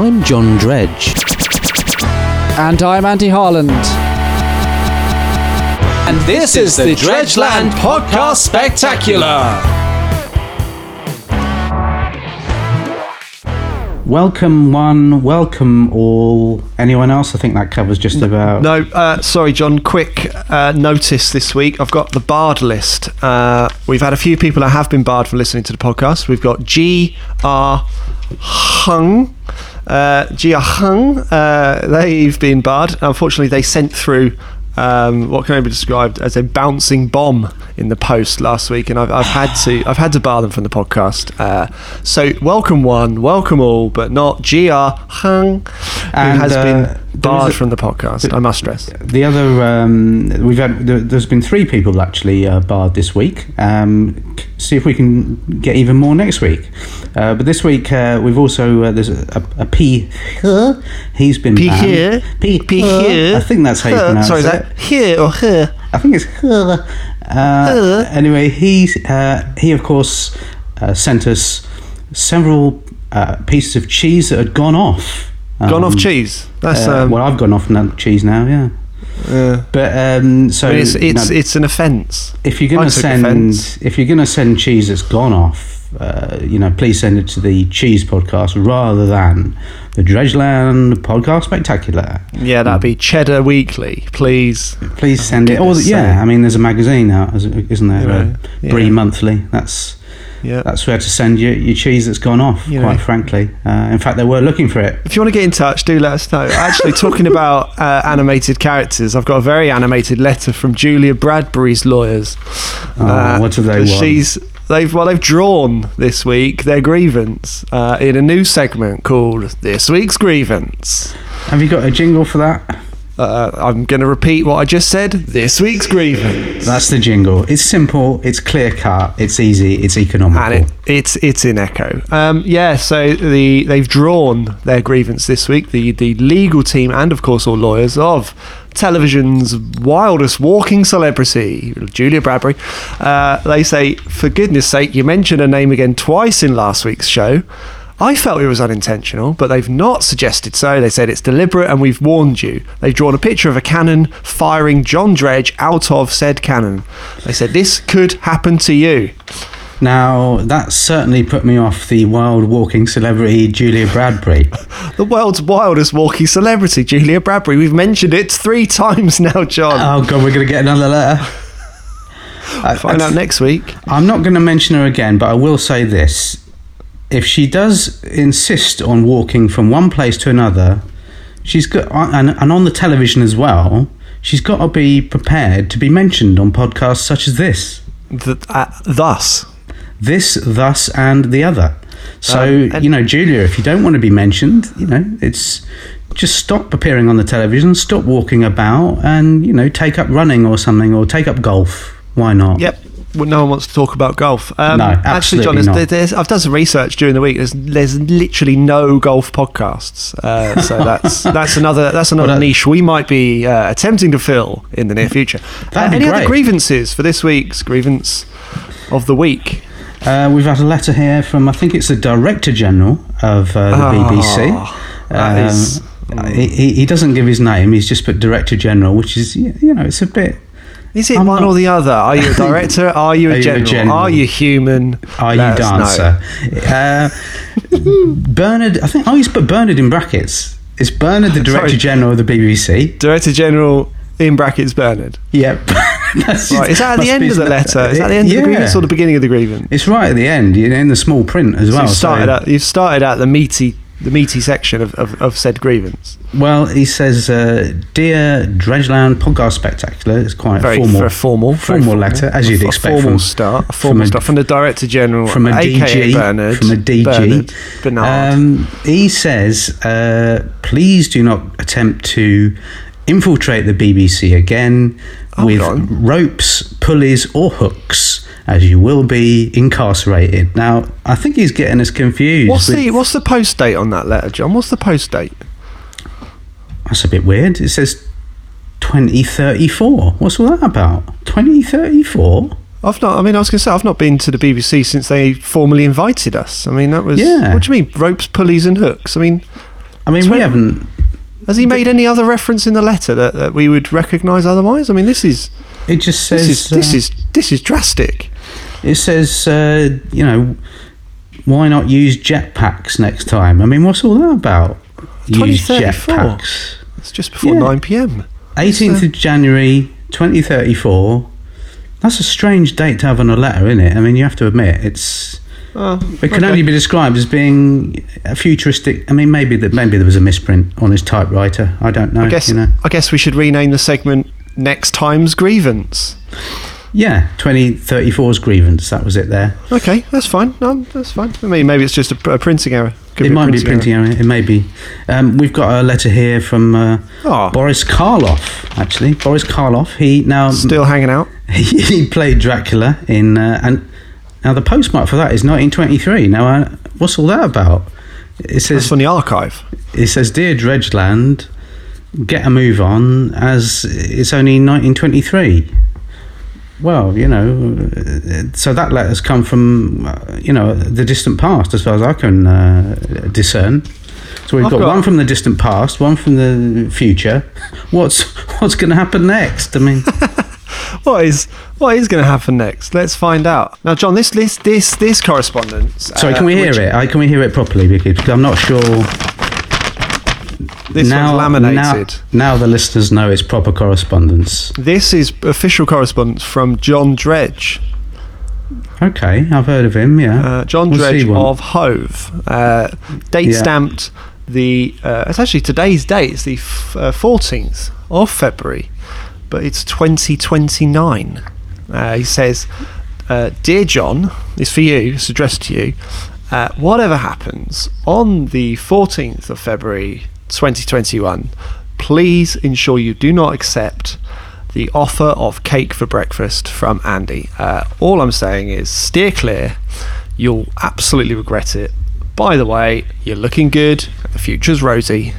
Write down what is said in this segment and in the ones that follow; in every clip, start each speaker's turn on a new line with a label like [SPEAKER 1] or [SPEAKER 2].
[SPEAKER 1] I'm John Dredge.
[SPEAKER 2] And I'm Andy Harland.
[SPEAKER 1] And this is the Dredgeland Podcast Spectacular. Welcome, one, welcome all. Anyone else? I think that covers just about.
[SPEAKER 3] No, uh, sorry, John. Quick uh, notice this week. I've got the barred list. Uh, we've had a few people that have been barred from listening to the podcast. We've got G R Hung. Uh, G R Hung. Uh, they've been barred. Unfortunately, they sent through. Um, what can only be described as a bouncing bomb in the post last week, and I've, I've had to I've had to bar them from the podcast. Uh, so welcome one, welcome all, but not Gr Hung, who
[SPEAKER 1] And,
[SPEAKER 3] has
[SPEAKER 1] uh, there
[SPEAKER 3] been
[SPEAKER 1] is
[SPEAKER 3] barred
[SPEAKER 1] a-
[SPEAKER 3] from the podcast. I must stress.
[SPEAKER 1] The other, um, we've had, there, there's been three people actually uh, barred this week. Um, c- see if we can get even more next week. Uh, but this week uh, we've also uh, there's a, a, a P. Huh? He's been
[SPEAKER 3] P
[SPEAKER 1] banned.
[SPEAKER 3] here.
[SPEAKER 1] P,
[SPEAKER 3] P
[SPEAKER 1] huh?
[SPEAKER 3] here.
[SPEAKER 1] I think that's how you
[SPEAKER 3] Huh.
[SPEAKER 1] pronounce
[SPEAKER 3] Sorry,
[SPEAKER 1] it.
[SPEAKER 3] is that here or here?
[SPEAKER 1] I think it's her. Uh, anyway, he uh, he of course uh, sent us several uh, pieces of cheese that had gone off.
[SPEAKER 3] Gone
[SPEAKER 1] Um,
[SPEAKER 3] off cheese. That's
[SPEAKER 1] uh,
[SPEAKER 3] um.
[SPEAKER 1] well, I've gone off nut cheese now. Yeah,
[SPEAKER 3] yeah.
[SPEAKER 1] but um, so
[SPEAKER 3] I mean, it's
[SPEAKER 1] you
[SPEAKER 3] it's
[SPEAKER 1] know,
[SPEAKER 3] it's an offence.
[SPEAKER 1] if you're
[SPEAKER 3] I
[SPEAKER 1] gonna
[SPEAKER 3] took
[SPEAKER 1] send
[SPEAKER 3] offence.
[SPEAKER 1] if you're gonna send cheese that's gone off, uh, you know, please send it to the cheese podcast rather than the Dredgeland podcast spectacular.
[SPEAKER 3] Yeah, that'd be Cheddar Weekly, please.
[SPEAKER 1] Please send it. Or
[SPEAKER 3] goodness
[SPEAKER 1] yeah,
[SPEAKER 3] sake.
[SPEAKER 1] I mean, there's a magazine now, isn't there?
[SPEAKER 3] You know,
[SPEAKER 1] uh,
[SPEAKER 3] yeah.
[SPEAKER 1] Brie Monthly. That's
[SPEAKER 3] Yeah.
[SPEAKER 1] That's where to send your, your cheese that's gone off,
[SPEAKER 3] You know.
[SPEAKER 1] quite frankly. Uh, in fact, they were looking for it.
[SPEAKER 3] if you want to get in touch, do let us know. Actually, talking about uh, animated characters, I've got a very animated letter from Julia Bradbury's lawyers. Uh,
[SPEAKER 1] Oh, what do they want?
[SPEAKER 3] She's they've well they've drawn this week their grievance uh, in a new segment called This Week's Grievance.
[SPEAKER 1] Have you got a jingle for that?
[SPEAKER 3] Uh, I'm going to repeat what I just said. This week's grievance,
[SPEAKER 1] That's the jingle. It's simple, it's clear cut, it's easy, it's economical.
[SPEAKER 3] and it, it's it's in echo. Um, yeah, so the they've drawn their grievance this week. The the legal team and of course all lawyers of television's wildest walking celebrity, Julia Bradbury. Uh, they say, for goodness sake, you mentioned her name again twice in last week's show. I felt it was unintentional, but they've not suggested so. They said it's deliberate and we've warned you. They've drawn a picture of a cannon firing John Dredge out of said cannon. They said this could happen to you.
[SPEAKER 1] Now, that certainly put me off the wild walking celebrity Julia Bradbury.
[SPEAKER 3] The world's wildest walking celebrity, Julia Bradbury. We've mentioned it three times now, John.
[SPEAKER 1] oh, God, we're going to get another letter. I,
[SPEAKER 3] Find out next week.
[SPEAKER 1] I'm not going to mention her again, but I will say this. If she does insist on walking from one place to another, she's got, uh, and, and on the television as well, she's got to be prepared to be mentioned on podcasts such as this.
[SPEAKER 3] Th- uh, thus,
[SPEAKER 1] This, thus, and the other. So,
[SPEAKER 3] Um, and-
[SPEAKER 1] you know, Julia, if you don't want to be mentioned, you know, it's just stop appearing on the television, stop walking about, and, you know, take up running or something, or take up golf. Why not?
[SPEAKER 3] yep. Well, no one wants to talk about golf. Um,
[SPEAKER 1] No,
[SPEAKER 3] actually,
[SPEAKER 1] absolutely
[SPEAKER 3] John, there's,
[SPEAKER 1] not.
[SPEAKER 3] there- there's, I've done some research during the week. There's, there's literally no golf podcasts, uh, so that's that's another that's another
[SPEAKER 1] that-
[SPEAKER 3] niche we might be uh, attempting to fill in the near future. Uh,
[SPEAKER 1] That'd be
[SPEAKER 3] any
[SPEAKER 1] great.
[SPEAKER 3] other grievances for this week's grievance of the week?
[SPEAKER 1] Uh, we've had a letter here from, I think it's the Director General of uh, the
[SPEAKER 3] Oh,
[SPEAKER 1] BBC.
[SPEAKER 3] that is-
[SPEAKER 1] Um, he, he- he doesn't give his name, he's just put Director General, which is, y- you know, it's a bit.
[SPEAKER 3] Is it
[SPEAKER 1] I'm
[SPEAKER 3] one
[SPEAKER 1] not-
[SPEAKER 3] or the other? Are you a director? Are you
[SPEAKER 1] Are
[SPEAKER 3] a,
[SPEAKER 1] you a
[SPEAKER 3] general?
[SPEAKER 1] general?
[SPEAKER 3] Are you human?
[SPEAKER 1] Are you
[SPEAKER 3] Let us know.
[SPEAKER 1] dancer? Uh, Bernard, I think, oh, he's put Bernard in brackets. It's Bernard, the Director
[SPEAKER 3] Sorry.
[SPEAKER 1] General of the BBC.
[SPEAKER 3] Director General in brackets Bernard.
[SPEAKER 1] Yep. That's
[SPEAKER 3] Right, is
[SPEAKER 1] just-
[SPEAKER 3] that at the
[SPEAKER 1] must
[SPEAKER 3] end
[SPEAKER 1] be
[SPEAKER 3] of the
[SPEAKER 1] his-
[SPEAKER 3] letter? Is that the end of
[SPEAKER 1] Yeah.
[SPEAKER 3] the grievance or the beginning of the grievance?
[SPEAKER 1] It's right at the end, you know, in the small print as well.
[SPEAKER 3] you've started
[SPEAKER 1] so-
[SPEAKER 3] at you've started at the meaty the meaty section of, of, of said grievance.
[SPEAKER 1] Well, he says, uh, Dear Dredgeland Podcast Spectacular, it's quite
[SPEAKER 3] Very
[SPEAKER 1] a formal,
[SPEAKER 3] for a formal very
[SPEAKER 1] formal letter, as you'd
[SPEAKER 3] A- a
[SPEAKER 1] expect from-
[SPEAKER 3] Formal start. A
[SPEAKER 1] from
[SPEAKER 3] formal
[SPEAKER 1] a-
[SPEAKER 3] start from the Director General
[SPEAKER 1] from a
[SPEAKER 3] aka
[SPEAKER 1] DG,
[SPEAKER 3] Bernard.
[SPEAKER 1] from a DG.
[SPEAKER 3] Bernard, Bernard.
[SPEAKER 1] Um, he says, uh, please do not attempt to infiltrate the BBC again with
[SPEAKER 3] on.
[SPEAKER 1] ropes, pulleys, or hooks, as you will be incarcerated. Now, I think he's getting us confused.
[SPEAKER 3] what's
[SPEAKER 1] with-
[SPEAKER 3] the what's the post date on that letter, John? What's the post date?
[SPEAKER 1] That's a bit weird. It says 2034. What's all that about? 2034?
[SPEAKER 3] I've not. I mean, I was going to say I've not been to the BBC since they formally invited us. I mean, that was.
[SPEAKER 1] Yeah.
[SPEAKER 3] What do you mean ropes, pulleys, and hooks? I mean,
[SPEAKER 1] I mean, we
[SPEAKER 3] Twen-
[SPEAKER 1] haven't.
[SPEAKER 3] Has he made any other reference in the letter that, that we would recognise otherwise? I mean, this is
[SPEAKER 1] It just says uh,
[SPEAKER 3] this is this is this is drastic.
[SPEAKER 1] It says, uh, you know, why not use jetpacks next time? I mean, what's all that about? Use
[SPEAKER 3] 2034.
[SPEAKER 1] jetpacks.
[SPEAKER 3] It's just before
[SPEAKER 1] Yeah.
[SPEAKER 3] nine p.m.
[SPEAKER 1] 18th of January 2034. That's a strange date to have on a letter, isn't it? I mean, you have to admit, it's.
[SPEAKER 3] Oh,
[SPEAKER 1] It can
[SPEAKER 3] okay.
[SPEAKER 1] only be described as being a futuristic. I mean, maybe that maybe there was a misprint on his typewriter. I don't know.
[SPEAKER 3] I guess
[SPEAKER 1] you know.
[SPEAKER 3] I guess we should rename the segment "Next Time's Grievance."
[SPEAKER 1] Yeah, 2034's grievance. That was it. There.
[SPEAKER 3] Okay, that's fine. No, that's fine. I mean, maybe it's just a, pr- a printing error. Could
[SPEAKER 1] it
[SPEAKER 3] a
[SPEAKER 1] might be printing error. It may be. Um, we've got a letter here from uh,
[SPEAKER 3] Ah.
[SPEAKER 1] Boris Karloff. Actually, Boris Karloff. He now
[SPEAKER 3] Still hanging out.
[SPEAKER 1] he, played Dracula in uh, and now the postmark for that is 1923. Now, uh, what's all that about? It
[SPEAKER 3] It's
[SPEAKER 1] says
[SPEAKER 3] on the archive.
[SPEAKER 1] it says dear Dredgeland, get a move on as it's only 1923. Well, you know, uh, so that letter's come from uh, you know the distant past, as far as I can uh, discern. So we've
[SPEAKER 3] I've
[SPEAKER 1] got,
[SPEAKER 3] got-
[SPEAKER 1] one from the distant past, one from the future. What's what's going to happen next? I mean,
[SPEAKER 3] What is what is going to happen next? Let's find out. Now, John, this this this this correspondence. uh,
[SPEAKER 1] Sorry, can we hear it? I, can we hear it properly? Because I'm not sure.
[SPEAKER 3] This
[SPEAKER 1] now,
[SPEAKER 3] one's laminated.
[SPEAKER 1] Now, now the listeners know it's proper correspondence.
[SPEAKER 3] This is official correspondence from John Dredge.
[SPEAKER 1] Okay, I've heard of him. Yeah,
[SPEAKER 3] Uh, John
[SPEAKER 1] What's he
[SPEAKER 3] Dredge
[SPEAKER 1] want?
[SPEAKER 3] of Hove. Uh, date
[SPEAKER 1] Yeah.
[SPEAKER 3] stamped the. Uh, it's actually today's date. It's the f- uh, 14th of February, but it's 2029. Uh, he says, uh, Dear John, it's for you, it's addressed to you. Uh, whatever happens on the 14th of February 2021, please ensure you do not accept the offer of cake for breakfast from Andy. Uh, all I'm saying is steer clear. You'll absolutely regret it. By the way, you're looking good. The future's rosy.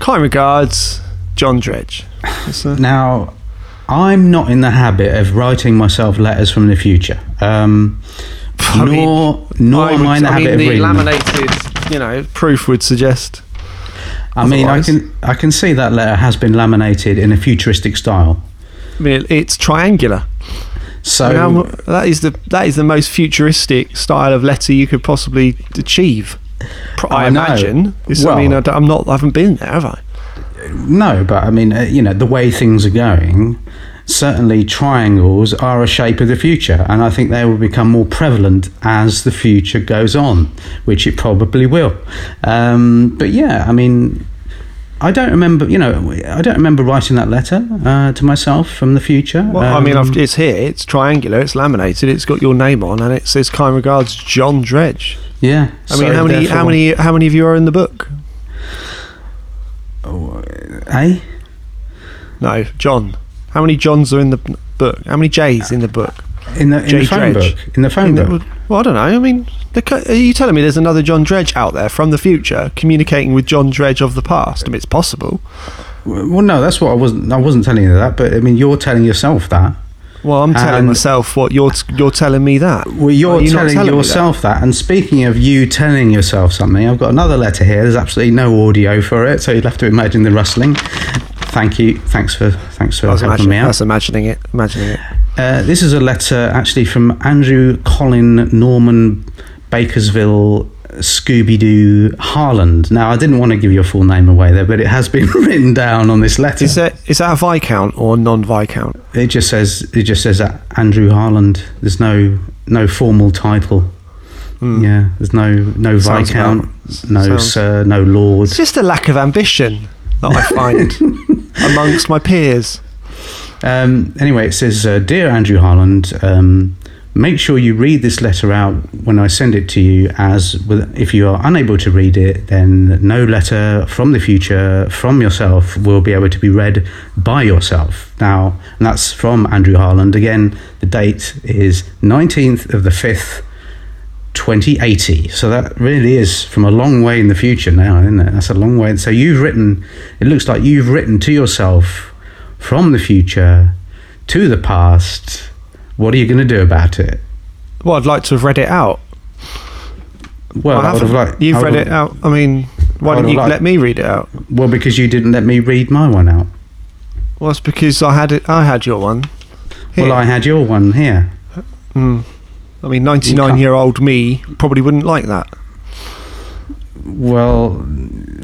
[SPEAKER 3] Kind regards, John Dredge. It's a-
[SPEAKER 1] Now, I'm not in the habit of writing myself letters from the future. Um,
[SPEAKER 3] I mean,
[SPEAKER 1] nor nor am I in the
[SPEAKER 3] I
[SPEAKER 1] habit
[SPEAKER 3] mean,
[SPEAKER 1] of
[SPEAKER 3] the
[SPEAKER 1] reading. them.
[SPEAKER 3] laminated, you know, proof would suggest.
[SPEAKER 1] I mean, I
[SPEAKER 3] otherwise.
[SPEAKER 1] can I can see that letter has been laminated in a futuristic style.
[SPEAKER 3] I mean, it- it's triangular.
[SPEAKER 1] So
[SPEAKER 3] I mean, I'm- that is the that is the most futuristic style of letter you could possibly achieve. Pro- I,
[SPEAKER 1] I know.
[SPEAKER 3] imagine. This- I mean, I
[SPEAKER 1] Well-
[SPEAKER 3] don't- I'm not. I haven't been there, have I?
[SPEAKER 1] No, but I mean, uh, you know, the way things are going, certainly triangles are a shape of the future, and I think they will become more prevalent as the future goes on, which it probably will. Um, but yeah, I mean, I don't remember, you know, I don't remember writing that letter uh, to myself from the future.
[SPEAKER 3] Well, I
[SPEAKER 1] Um,
[SPEAKER 3] mean, I've, it's here. It's triangular. It's laminated. It's got your name on, and it says "Kind regards, John Dredge."
[SPEAKER 1] yeah.
[SPEAKER 3] I mean,
[SPEAKER 1] so
[SPEAKER 3] how many? How
[SPEAKER 1] therefore-
[SPEAKER 3] many? How many of you are in the book?
[SPEAKER 1] Eh?
[SPEAKER 3] No, John. How many Johns are in the book? How many J's in the book?
[SPEAKER 1] In the, in
[SPEAKER 3] Jay
[SPEAKER 1] the phone
[SPEAKER 3] Dredge.
[SPEAKER 1] book. In the phone
[SPEAKER 3] In the-
[SPEAKER 1] book.
[SPEAKER 3] well, I don't know. I mean, the, co- are you telling me there's another John Dredge out there from the future communicating with John Dredge of the past? I mean, it's possible.
[SPEAKER 1] Well, no, that's what I wasn't. I wasn't telling you that, but I mean, you're telling yourself that.
[SPEAKER 3] Well, I'm telling
[SPEAKER 1] And-
[SPEAKER 3] myself what you're t- you're telling me that.
[SPEAKER 1] Well, you're
[SPEAKER 3] Are you not
[SPEAKER 1] telling,
[SPEAKER 3] telling me that?
[SPEAKER 1] yourself that? And speaking of you telling yourself something, I've got another letter here. There's absolutely no audio for it, so you'd have to imagine the rustling. Thank you. Thanks for thanks for
[SPEAKER 3] I was
[SPEAKER 1] helping
[SPEAKER 3] imagining,
[SPEAKER 1] me
[SPEAKER 3] I
[SPEAKER 1] out.
[SPEAKER 3] was imagining it. Imagining it.
[SPEAKER 1] Uh, this is a letter actually from Andrew Colin Norman Bakersville Scooby Doo Harland. Now, I didn't want to give your full name away there, but it has been written down on this letter.
[SPEAKER 3] Is that is that a viscount or non-viscount?
[SPEAKER 1] It just says it just says that Andrew Harland. There's no no formal title. Yeah, there's no no
[SPEAKER 3] Hmm. Sounds
[SPEAKER 1] viscount,
[SPEAKER 3] about-
[SPEAKER 1] no
[SPEAKER 3] sounds-
[SPEAKER 1] sir, no lord.
[SPEAKER 3] It's just a lack of ambition that I find amongst my peers.
[SPEAKER 1] Um, anyway, it says, uh, dear Andrew Harland, um, make sure you read this letter out when I send it to you. As with, if you are unable to read it, then no letter from the future from yourself will be able to be read by yourself. Now, and that's from Andrew Harland again. The date is nineteenth of the fifth. 2080. So that really is from a long way in the future now, isn't it? That's a long way. So you've written, it looks like you've written to yourself from the future to the past. What are you going to do about it?
[SPEAKER 3] Well, I'd like to have read it out.
[SPEAKER 1] Well,
[SPEAKER 3] I
[SPEAKER 1] I would have
[SPEAKER 3] haven't.
[SPEAKER 1] liked.
[SPEAKER 3] You've
[SPEAKER 1] I Oh, would
[SPEAKER 3] read
[SPEAKER 1] have-
[SPEAKER 3] it out. I mean, Why
[SPEAKER 1] Hold
[SPEAKER 3] didn't you
[SPEAKER 1] on, like-
[SPEAKER 3] let me read it out?
[SPEAKER 1] Well, because you didn't let me read my one out.
[SPEAKER 3] Well, it's because I had it. I had your one. Here.
[SPEAKER 1] Well, I had your one here.
[SPEAKER 3] Mm. I mean, ninety-nine-year-old me probably wouldn't like that.
[SPEAKER 1] Well,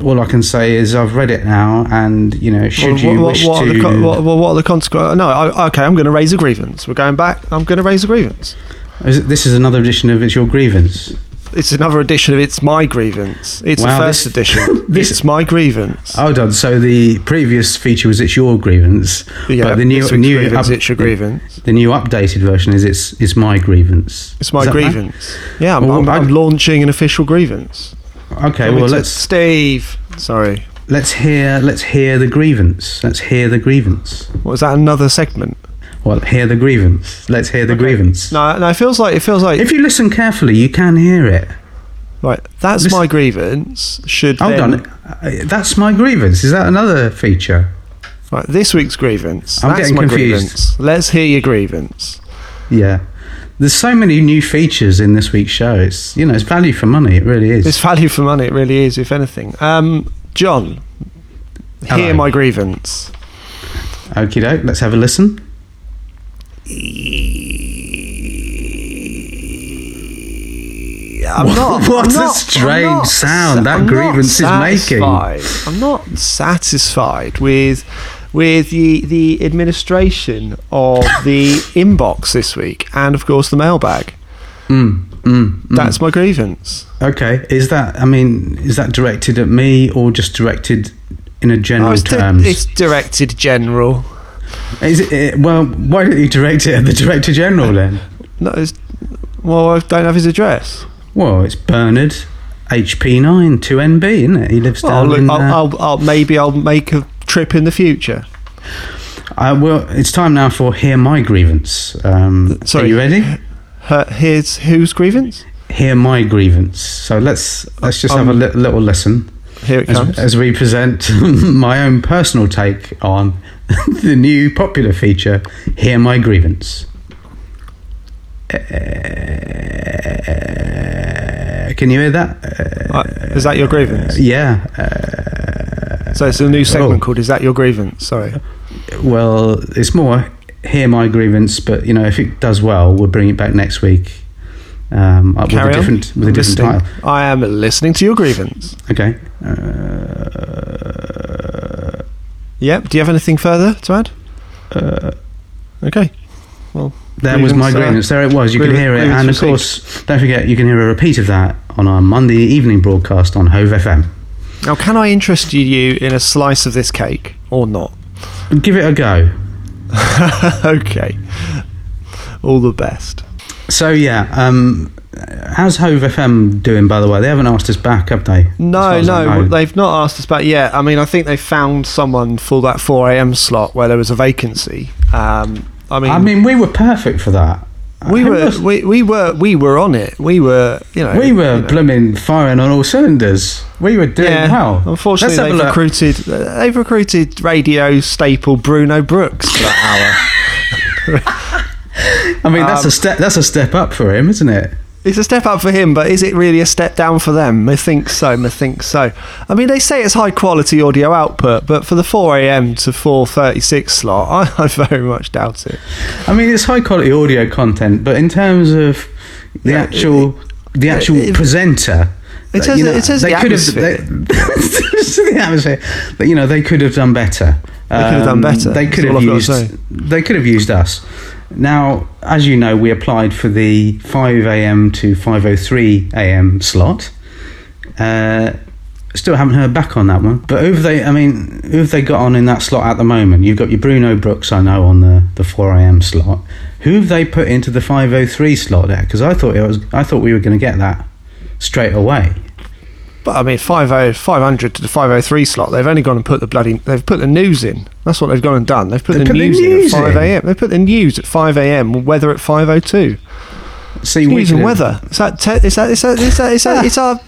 [SPEAKER 1] all I can say is I've read it now, and you know, should
[SPEAKER 3] Well,
[SPEAKER 1] you
[SPEAKER 3] what,
[SPEAKER 1] wish
[SPEAKER 3] what, what
[SPEAKER 1] to,
[SPEAKER 3] Are the, co- what, what- what are the consequences? No, I, okay, I'm going to raise a grievance. We're going back. I'm going to raise a grievance.
[SPEAKER 1] Is it- this is another edition of it's your grievance.
[SPEAKER 3] It's another edition of It's My Grievance. It's
[SPEAKER 1] Wow,
[SPEAKER 3] the first
[SPEAKER 1] this-
[SPEAKER 3] edition.
[SPEAKER 1] this-
[SPEAKER 3] it's My Grievance.
[SPEAKER 1] Hold on. So the previous feature was it's your grievance, Oh, but the new
[SPEAKER 3] this week's
[SPEAKER 1] new
[SPEAKER 3] grievance,
[SPEAKER 1] up-
[SPEAKER 3] It's Your Grievance.
[SPEAKER 1] The new updated version is it's it's my grievance.
[SPEAKER 3] It's My
[SPEAKER 1] Is that right?
[SPEAKER 3] Grievance. Yeah, I'm,
[SPEAKER 1] Well,
[SPEAKER 3] I'm,
[SPEAKER 1] I-
[SPEAKER 3] I'm launching an official grievance.
[SPEAKER 1] Okay,
[SPEAKER 3] Coming
[SPEAKER 1] well
[SPEAKER 3] to-
[SPEAKER 1] let's
[SPEAKER 3] Oh, Steve. Sorry.
[SPEAKER 1] let's hear let's hear the grievance. Let's hear the grievance.
[SPEAKER 3] What, was that another segment?
[SPEAKER 1] Well, hear the grievance. Let's hear the
[SPEAKER 3] Okay.
[SPEAKER 1] grievance.
[SPEAKER 3] No, no. It feels like it feels like
[SPEAKER 1] If you listen carefully, you can hear it.
[SPEAKER 3] right. That's
[SPEAKER 1] Listen-
[SPEAKER 3] my grievance. Should
[SPEAKER 1] Hold
[SPEAKER 3] then,
[SPEAKER 1] on, Uh, that's my grievance. Is that another feature?
[SPEAKER 3] Right, this week's grievance.
[SPEAKER 1] I'm
[SPEAKER 3] That's
[SPEAKER 1] getting
[SPEAKER 3] my
[SPEAKER 1] confused.
[SPEAKER 3] grievance. Let's hear your grievance.
[SPEAKER 1] Yeah. There's so many new features in this week's show. It's you know it's value for money. It really is.
[SPEAKER 3] It's value for money, it really is, if anything. Um, John,
[SPEAKER 1] Hello.
[SPEAKER 3] hear my grievance.
[SPEAKER 1] Okie doke. Let's have a listen.
[SPEAKER 3] I'm not.
[SPEAKER 1] What
[SPEAKER 3] I'm
[SPEAKER 1] a
[SPEAKER 3] not-
[SPEAKER 1] strange
[SPEAKER 3] I'm not
[SPEAKER 1] sound
[SPEAKER 3] sa-
[SPEAKER 1] that
[SPEAKER 3] I'm not
[SPEAKER 1] grievance is making.
[SPEAKER 3] satisfied. I'm not satisfied with with the the administration of the inbox this week, and of course the mailbag.
[SPEAKER 1] Mm, mm, mm.
[SPEAKER 3] That's my grievance.
[SPEAKER 1] okay. Is that I mean is that directed at me or just directed in a
[SPEAKER 3] Oh,
[SPEAKER 1] general
[SPEAKER 3] it's, di-
[SPEAKER 1] terms?
[SPEAKER 3] it's directed general.
[SPEAKER 1] Is it, eh, well, why don't you direct it at the Director General then?
[SPEAKER 3] No, it's, well, I don't have his address.
[SPEAKER 1] Well, it's Bernard HP9 2NB, isn't it? He lives
[SPEAKER 3] Well,
[SPEAKER 1] down
[SPEAKER 3] look,
[SPEAKER 1] in.
[SPEAKER 3] I'll,
[SPEAKER 1] uh,
[SPEAKER 3] I'll, I'll, maybe I'll make a trip in the future.
[SPEAKER 1] I will. uh, It's time now for Hear My Grievance. Um,
[SPEAKER 3] sorry.
[SPEAKER 1] Are you ready?
[SPEAKER 3] Her, here's whose grievance?
[SPEAKER 1] Hear My Grievance. So let's let's just have a
[SPEAKER 3] Um,
[SPEAKER 1] li- little listen
[SPEAKER 3] Here it comes.
[SPEAKER 1] as, uh, as we present my own personal take on the new popular feature, Hear My Grievance. Uh, can you hear that? Uh,
[SPEAKER 3] Uh, is that your grievance?
[SPEAKER 1] Yeah. uh,
[SPEAKER 3] So it's a new segment
[SPEAKER 1] Oh.
[SPEAKER 3] called "Is that your grievance?" Sorry.
[SPEAKER 1] Well, it's more hear my grievance, but you know, if it does well, we'll bring it back next week um, up with
[SPEAKER 3] Carry
[SPEAKER 1] a
[SPEAKER 3] on.
[SPEAKER 1] different with a
[SPEAKER 3] I'm
[SPEAKER 1] different
[SPEAKER 3] listening.
[SPEAKER 1] title.
[SPEAKER 3] I am listening to your grievance.
[SPEAKER 1] Okay. Uh,
[SPEAKER 3] Yep. Do you have anything further to add?
[SPEAKER 1] uh,
[SPEAKER 3] Okay.
[SPEAKER 1] there was my
[SPEAKER 3] Grievance, uh,
[SPEAKER 1] grievance. There it was. You can
[SPEAKER 3] grievance-
[SPEAKER 1] hear it, and
[SPEAKER 3] grievance
[SPEAKER 1] of
[SPEAKER 3] received.
[SPEAKER 1] course, don't forget you can hear a repeat of that on our Monday evening broadcast on Hove FM.
[SPEAKER 3] Now, can I interest you in a slice of this cake or not?
[SPEAKER 1] Give it a go.
[SPEAKER 3] okay. All the best.
[SPEAKER 1] So yeah, um, how's Hove FM doing? By the way, they haven't asked us back, have they?
[SPEAKER 3] No,
[SPEAKER 1] As far as I
[SPEAKER 3] no,
[SPEAKER 1] know.
[SPEAKER 3] they've not asked us back yet. I mean, I think they found someone for that 4 a.m. slot where there was a vacancy. Um, I mean,
[SPEAKER 1] I mean, we were perfect for that.
[SPEAKER 3] we
[SPEAKER 1] Who
[SPEAKER 3] were
[SPEAKER 1] else-
[SPEAKER 3] we, we were we were on it. We were, you know,
[SPEAKER 1] We were
[SPEAKER 3] you know.
[SPEAKER 1] blooming firing on all cylinders. We were doing well.
[SPEAKER 3] Unfortunately,
[SPEAKER 1] Let's have a
[SPEAKER 3] they've
[SPEAKER 1] look.
[SPEAKER 3] recruited they've recruited radio staple Bruno Brooks for that hour.
[SPEAKER 1] I mean, that's
[SPEAKER 3] um,
[SPEAKER 1] a step. That's a step up for him, isn't it?
[SPEAKER 3] It's a step up for him, but is it really a step down for them? I think so. I think so. I mean, they say it's high quality audio output, but for the 4 a.m. to 4:36 slot, I, I very much doubt it.
[SPEAKER 1] I mean, it's high quality audio content, but in terms of the
[SPEAKER 3] Yeah,
[SPEAKER 1] actual, the actual
[SPEAKER 3] it-
[SPEAKER 1] presenter.
[SPEAKER 3] It says- it says the atmosphere.
[SPEAKER 1] Have, they, the atmosphere. But, you know, they could have done better. They
[SPEAKER 3] could have done better.
[SPEAKER 1] Um, They
[SPEAKER 3] That's
[SPEAKER 1] could
[SPEAKER 3] all
[SPEAKER 1] have
[SPEAKER 3] I've got
[SPEAKER 1] used.
[SPEAKER 3] to say.
[SPEAKER 1] They could have used us. Now, as you know, we applied for the 5 a.m. to 5:03 a.m. slot. Uh, still haven't heard back on that one. But who have they? I mean, who have they got on in that slot at the moment? You've got your Bruno Brooks, I know, on the the 4 a.m. slot. Who have they put into the 5:03 slot there? Because I thought it was. I thought we were going to get that straight away.
[SPEAKER 3] But I mean, 50, 500 to the 503 slot, they've only gone and put the bloody, they've put the news in. That's what they've gone and done. They've put,
[SPEAKER 1] They
[SPEAKER 3] the,
[SPEAKER 1] put the
[SPEAKER 3] news
[SPEAKER 1] news
[SPEAKER 3] in at 5
[SPEAKER 1] in.
[SPEAKER 3] a.m. They put the news at 5 a.m., weather at 502.
[SPEAKER 1] See, we
[SPEAKER 3] News and
[SPEAKER 1] could've-
[SPEAKER 3] weather. Is that, te- is that, is that, is that, is that, it's our,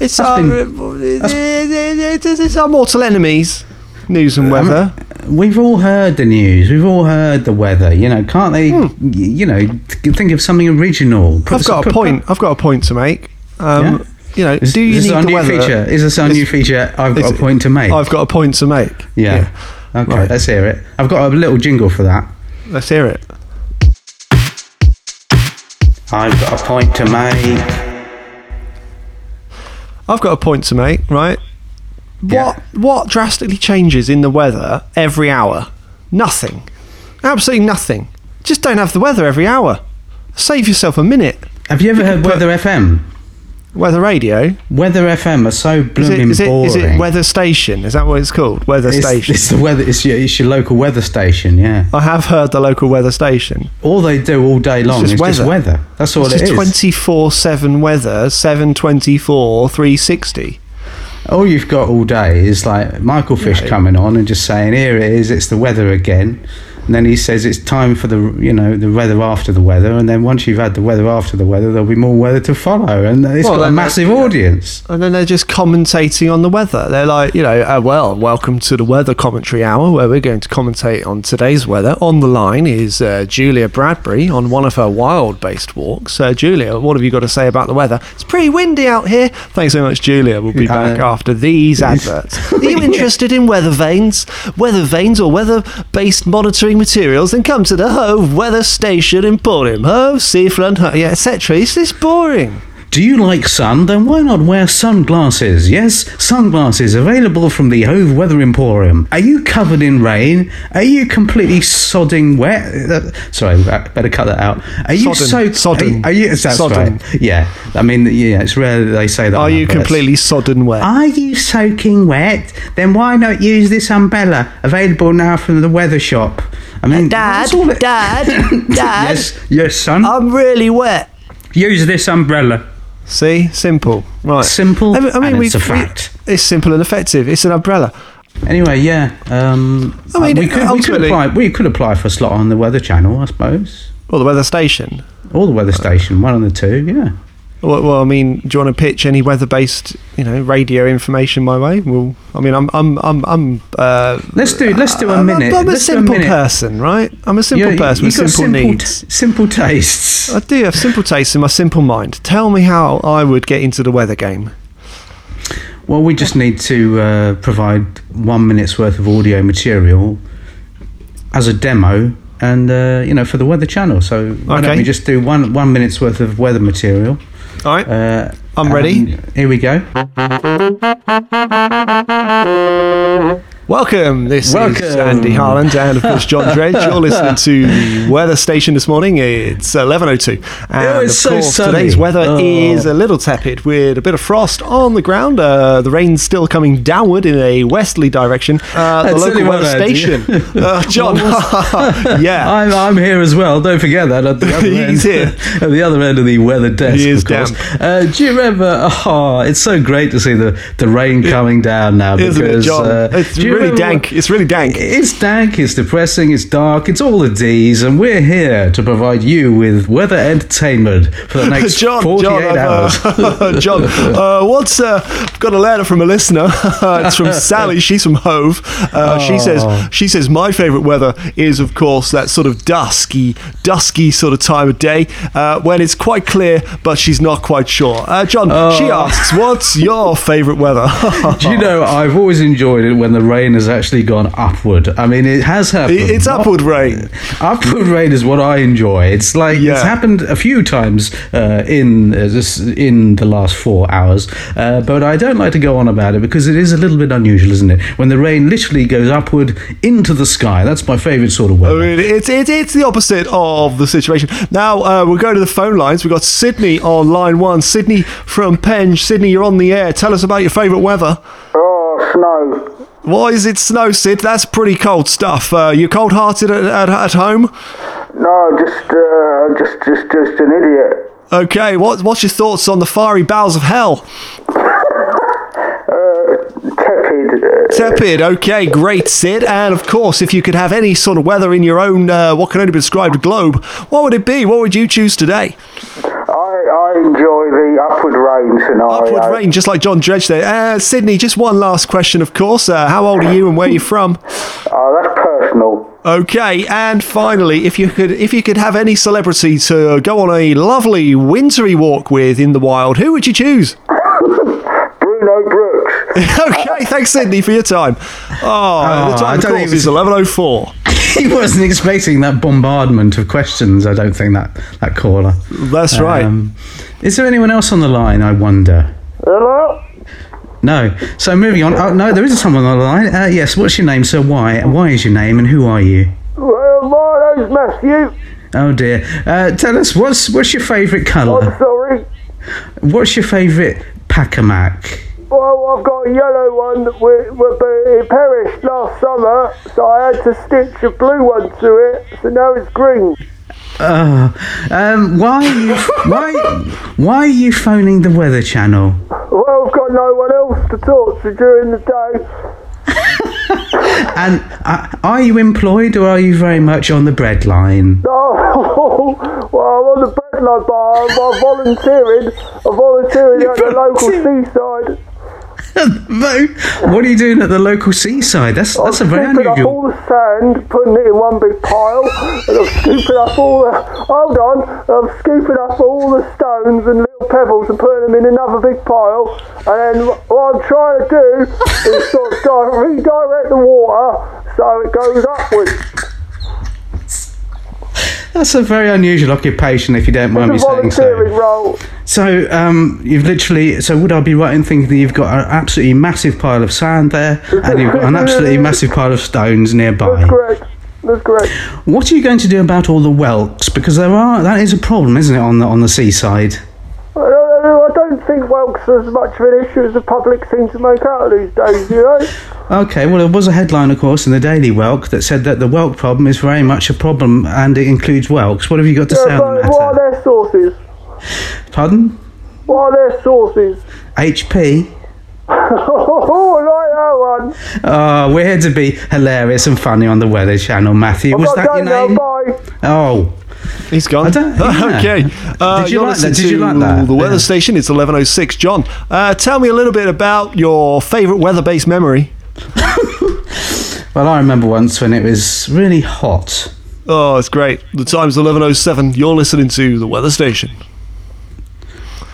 [SPEAKER 3] it's
[SPEAKER 1] That's
[SPEAKER 3] our, uh,
[SPEAKER 1] been-
[SPEAKER 3] it's our mortal enemies. News
[SPEAKER 1] Um,
[SPEAKER 3] and weather.
[SPEAKER 1] We've all heard the news. We've all heard the weather. You know, can't they? y- You know, th- think of something original. Put
[SPEAKER 3] Hmm. I've
[SPEAKER 1] s-
[SPEAKER 3] got a
[SPEAKER 1] put-
[SPEAKER 3] point. I've got a point to make. Um, you know,
[SPEAKER 1] Is,
[SPEAKER 3] do you
[SPEAKER 1] is this
[SPEAKER 3] need
[SPEAKER 1] our
[SPEAKER 3] the
[SPEAKER 1] new
[SPEAKER 3] weather?
[SPEAKER 1] feature? Is this our
[SPEAKER 3] It's-
[SPEAKER 1] new feature? I've got a
[SPEAKER 3] it's-
[SPEAKER 1] point to make.
[SPEAKER 3] I've got a point to make.
[SPEAKER 1] yeah. Okay,
[SPEAKER 3] Right.
[SPEAKER 1] let's hear it. I've got a little jingle for that.
[SPEAKER 3] Let's hear it.
[SPEAKER 1] I've got a point to make.
[SPEAKER 3] I've got a point to make, right?
[SPEAKER 1] Yeah.
[SPEAKER 3] What what drastically changes in the weather every hour? Nothing. Absolutely nothing. Just don't have the weather every hour. Save yourself a minute.
[SPEAKER 1] Have you ever
[SPEAKER 3] You
[SPEAKER 1] heard
[SPEAKER 3] could put-
[SPEAKER 1] Weather FM?
[SPEAKER 3] Weather radio.
[SPEAKER 1] Weather FM are so
[SPEAKER 3] Is it,
[SPEAKER 1] blooming
[SPEAKER 3] is, it,
[SPEAKER 1] boring.
[SPEAKER 3] is it weather station? Is that what it's called? Weather
[SPEAKER 1] It's-
[SPEAKER 3] station.
[SPEAKER 1] It's the weather. It's your, it's your local weather station. Yeah.
[SPEAKER 3] I have heard the local weather station.
[SPEAKER 1] All they do all day long
[SPEAKER 3] just
[SPEAKER 1] is just
[SPEAKER 3] weather.
[SPEAKER 1] weather. That's all
[SPEAKER 3] It's
[SPEAKER 1] it
[SPEAKER 3] just
[SPEAKER 1] is.
[SPEAKER 3] 24/7 weather, 724 360.
[SPEAKER 1] All you've got all day is like Michael Fish coming on and just saying, "Here it is. It's the weather again." And then he says it's time for the you know the weather after the weather. And then once you've had the weather after the weather, there'll be more weather to follow. And it's
[SPEAKER 3] Well,
[SPEAKER 1] got a
[SPEAKER 3] then
[SPEAKER 1] massive
[SPEAKER 3] that's-
[SPEAKER 1] audience.
[SPEAKER 3] And then they're just commentating on the weather. They're like, you know, uh, well, welcome to the weather commentary hour where we're going to commentate on today's weather. On the line is uh, Julia Bradbury on one of her wild based walks. Uh, Julia, what have you got to say about the weather? It's pretty windy out here. Thanks so much, Julia. We'll be back
[SPEAKER 1] Uh,
[SPEAKER 3] after these adverts. Are you interested in weather vanes, weather vanes, or weather based monitoring materials? Then come to the Hove Weather Station in Portland, Hove, Seafront, Hove, yeah, etc. It's just boring.
[SPEAKER 1] Do you like sun? Then why not wear sunglasses? Yes, sunglasses available from the Hove Weather Emporium. Are you covered in rain? Are you completely sodding wet? Uh, sorry, I better cut that out. Are you
[SPEAKER 3] Sodden.
[SPEAKER 1] so
[SPEAKER 3] Sodden.
[SPEAKER 1] Are, you? That's
[SPEAKER 3] Sodden.
[SPEAKER 1] right. Yeah, I mean, yeah, it's rare that they say that.
[SPEAKER 3] Are
[SPEAKER 1] on
[SPEAKER 3] you
[SPEAKER 1] adverts.
[SPEAKER 3] completely sodden wet?
[SPEAKER 1] Are you soaking wet? Then why not use this umbrella available now from the weather shop? I mean,
[SPEAKER 3] Dad,
[SPEAKER 1] that's all it-
[SPEAKER 3] Dad, Dad, Oh.
[SPEAKER 1] Yes, yes, son.
[SPEAKER 3] I'm really wet.
[SPEAKER 1] use this umbrella.
[SPEAKER 3] See, simple, right?
[SPEAKER 1] Simple,
[SPEAKER 3] I mean, I mean,
[SPEAKER 1] and
[SPEAKER 3] we-
[SPEAKER 1] it's a
[SPEAKER 3] we-
[SPEAKER 1] fact.
[SPEAKER 3] it's simple and effective. It's an umbrella.
[SPEAKER 1] Anyway, yeah. Um,
[SPEAKER 3] I mean,
[SPEAKER 1] we could, we could
[SPEAKER 3] ultimately-
[SPEAKER 1] apply. We could apply for a slot on the Weather Channel, I suppose,
[SPEAKER 3] Well, the weather station.
[SPEAKER 1] or the Weather Station, one of the two. Yeah.
[SPEAKER 3] Well, well, I mean, do you want to pitch any weather-based, you know, radio information my way? Well, I mean, I'm, I'm, I'm, I'm. Uh,
[SPEAKER 1] Let's do. Let's do a
[SPEAKER 3] I'm-
[SPEAKER 1] minute.
[SPEAKER 3] I'm, a
[SPEAKER 1] let's
[SPEAKER 3] simple
[SPEAKER 1] do a minute.
[SPEAKER 3] person, right? I'm a simple
[SPEAKER 1] You're-
[SPEAKER 3] person with
[SPEAKER 1] you've got
[SPEAKER 3] simple, needs. Uh,
[SPEAKER 1] t- simple tastes.
[SPEAKER 3] I do have simple tastes in my simple mind. Tell me how I would get into the weather game.
[SPEAKER 1] Well, we just need to uh, provide one minute's worth of audio material as a demo, and uh, you know, for the Weather Channel. So why
[SPEAKER 3] Okay.
[SPEAKER 1] don't we just do one one minute's worth of weather material?
[SPEAKER 3] All right,
[SPEAKER 1] Uh,
[SPEAKER 3] I'm ready.
[SPEAKER 1] and Here we go.
[SPEAKER 3] Welcome. This is
[SPEAKER 1] Welcome.
[SPEAKER 3] Andy Harland and of course John Dredge. You're listening to the weather station this morning. It's 11:02, and
[SPEAKER 1] Oh, it's
[SPEAKER 3] of
[SPEAKER 1] so
[SPEAKER 3] course
[SPEAKER 1] sunny.
[SPEAKER 3] today's weather
[SPEAKER 1] Oh.
[SPEAKER 3] is a little tepid with a bit of frost on the ground. Uh, the rain's still coming downward in a westerly direction. Uh, the
[SPEAKER 1] That's
[SPEAKER 3] local
[SPEAKER 1] only one
[SPEAKER 3] weather
[SPEAKER 1] idea.
[SPEAKER 3] station, uh, John. yeah.
[SPEAKER 1] I'm, I'm here as well. Don't forget that at the other
[SPEAKER 3] He's
[SPEAKER 1] end,
[SPEAKER 3] here.
[SPEAKER 1] at the other end of the weather desk.
[SPEAKER 3] He is
[SPEAKER 1] of course. Uh, do you remember? Oh, it's so great to see the, the rain coming down now.
[SPEAKER 3] Isn't it,
[SPEAKER 1] because,
[SPEAKER 3] John?
[SPEAKER 1] uh,
[SPEAKER 3] it's
[SPEAKER 1] do you
[SPEAKER 3] really
[SPEAKER 1] remember-
[SPEAKER 3] dank. It's really dank.
[SPEAKER 1] It's dank, it's depressing, it's dark, it's all the D's, and we're here to provide you with weather entertainment for the next
[SPEAKER 3] John,
[SPEAKER 1] 48
[SPEAKER 3] John, I've,
[SPEAKER 1] hours.
[SPEAKER 3] Uh, John, uh, what's uh, I've got a letter from a listener. it's from Sally. She's from Hove. Uh,
[SPEAKER 1] Oh.
[SPEAKER 3] She says she says my favourite weather is of course that sort of dusky, dusky sort of time of day uh, when it's quite clear, but she's not quite sure. Uh, John, she asks, what's your favourite weather?
[SPEAKER 1] Oh. Do you know, I've always enjoyed it when the rain has actually gone upward. I mean, it has happened.
[SPEAKER 3] It- it's
[SPEAKER 1] Not-
[SPEAKER 3] upward rain.
[SPEAKER 1] Upward rain is what I enjoy. It's like
[SPEAKER 3] Yeah.
[SPEAKER 1] it's happened a few times uh, in uh, this in the last four hours, uh, but I don't like to go on about it because it is a little bit unusual, isn't it? When the rain literally goes upward into the sky, that's my favourite sort of
[SPEAKER 3] I
[SPEAKER 1] weather.
[SPEAKER 3] mean, it's, it's, it's the opposite of the situation. Now, uh, we're going to the phone lines. We've got Sydney on line one. Sydney from Penge. Sydney, you're on the air. Tell us about your favourite weather.
[SPEAKER 4] Oh, snow.
[SPEAKER 3] Why is it snow, Sid? That's pretty cold stuff. Uh, you're cold hearted at, at, at home?
[SPEAKER 4] No, just, uh, just, just, just an idiot.
[SPEAKER 3] Okay, what, what's your thoughts on the fiery bowels of hell?
[SPEAKER 4] Tepid. Uh,
[SPEAKER 3] Tepid, okay, great, Sid. And of course, if you could have any sort of weather in your own, uh, what can only be described globe, what would it be? What would you choose today?
[SPEAKER 4] I, I enjoy the upward rain scenario.
[SPEAKER 3] Upward rain, just like John Dredge there. Uh, Sydney, just one last question, of course. Uh, how old are you and where are you from?
[SPEAKER 4] Oh, that's personal.
[SPEAKER 3] Okay, and finally, if you could, if you could have any celebrity to go on a lovely wintry walk with in the wild, who would you choose?
[SPEAKER 4] Bruno Brooks.
[SPEAKER 3] okay, thanks, Sydney, for your time. Oh,
[SPEAKER 1] I
[SPEAKER 3] the time of
[SPEAKER 1] don't
[SPEAKER 3] course
[SPEAKER 1] even-
[SPEAKER 3] is 11.04.
[SPEAKER 1] he wasn't expecting that bombardment of questions. I don't think that that caller.
[SPEAKER 3] That's right.
[SPEAKER 1] Um, is there anyone else on the line? I wonder.
[SPEAKER 4] Hello?
[SPEAKER 1] No. So moving on. Oh no, there is someone on the line. Uh, yes. What's your name? So why? Why is your name? And who are you?
[SPEAKER 4] Well, my name's Matthew.
[SPEAKER 1] Oh dear. Uh, tell us what's what's your favourite
[SPEAKER 4] I'm
[SPEAKER 1] colour?
[SPEAKER 4] sorry.
[SPEAKER 1] What's your favourite packamac?
[SPEAKER 4] Well, I've got a yellow one that we, we, it perished last summer, so I had to stitch a blue one to it, so now it's green.
[SPEAKER 1] Oh, um, why are you why why are you phoning the Weather Channel?
[SPEAKER 4] Well, I've got no one else to talk to during the day.
[SPEAKER 1] And uh, are you employed or are you very much on the breadline?
[SPEAKER 4] Oh, well, I'm on the breadline bar. I'm, I'm volunteering. I'm volunteering at the local seaside.
[SPEAKER 1] no. What are you doing at the local seaside? That's that's a very
[SPEAKER 4] scooping up
[SPEAKER 1] unusual.
[SPEAKER 4] all the sand, putting it in one big pile, and I'm scooping up all the. Hold on, I'm scooping up all the stones and little pebbles and putting them in another big pile. And then what I'm trying to do is sort of di- redirect the water so it goes upwards.
[SPEAKER 1] That's a very unusual occupation, if you don't mind me
[SPEAKER 4] It's a
[SPEAKER 1] saying so.
[SPEAKER 4] volunteering role.
[SPEAKER 1] So um, you've literally. So would I be right in thinking that you've got an absolutely massive pile of sand there, and you've got an absolutely massive pile of stones nearby?
[SPEAKER 4] That's correct. That's correct.
[SPEAKER 1] What are you going to do about all the whelks? Because there are that is a problem, isn't it, on the on the seaside?
[SPEAKER 4] I don't, I don't think Welks is as much of an issue as the public seem to make out these days, you know?
[SPEAKER 1] Okay, well, there was a headline, of course, in the Daily Welk that said that the Welk problem is very much a problem and it includes Welks. What have you got to say on the
[SPEAKER 4] But what are
[SPEAKER 1] matter?
[SPEAKER 4] their sources?
[SPEAKER 1] Pardon?
[SPEAKER 4] What are their sources?
[SPEAKER 1] HP?
[SPEAKER 4] Oh, like that one.
[SPEAKER 1] Oh, we're here to be hilarious and funny on the Weather Channel, Matthew. Was
[SPEAKER 4] I've
[SPEAKER 1] that
[SPEAKER 4] got
[SPEAKER 1] your
[SPEAKER 4] to go
[SPEAKER 1] name?
[SPEAKER 4] now, bye.
[SPEAKER 1] Oh,
[SPEAKER 3] He's gone.
[SPEAKER 1] I don't- yeah.
[SPEAKER 3] okay. Uh,
[SPEAKER 1] Did you
[SPEAKER 3] you're
[SPEAKER 1] like that? Did
[SPEAKER 3] listening
[SPEAKER 1] you
[SPEAKER 3] to
[SPEAKER 1] like that?
[SPEAKER 3] The weather
[SPEAKER 1] Yeah.
[SPEAKER 3] station. It's 11:06. John, uh, tell me a little bit about your favourite weather-based memory.
[SPEAKER 1] well, I remember once when it was really hot.
[SPEAKER 3] Oh, it's great. The time's 11:07. You're listening to the weather station.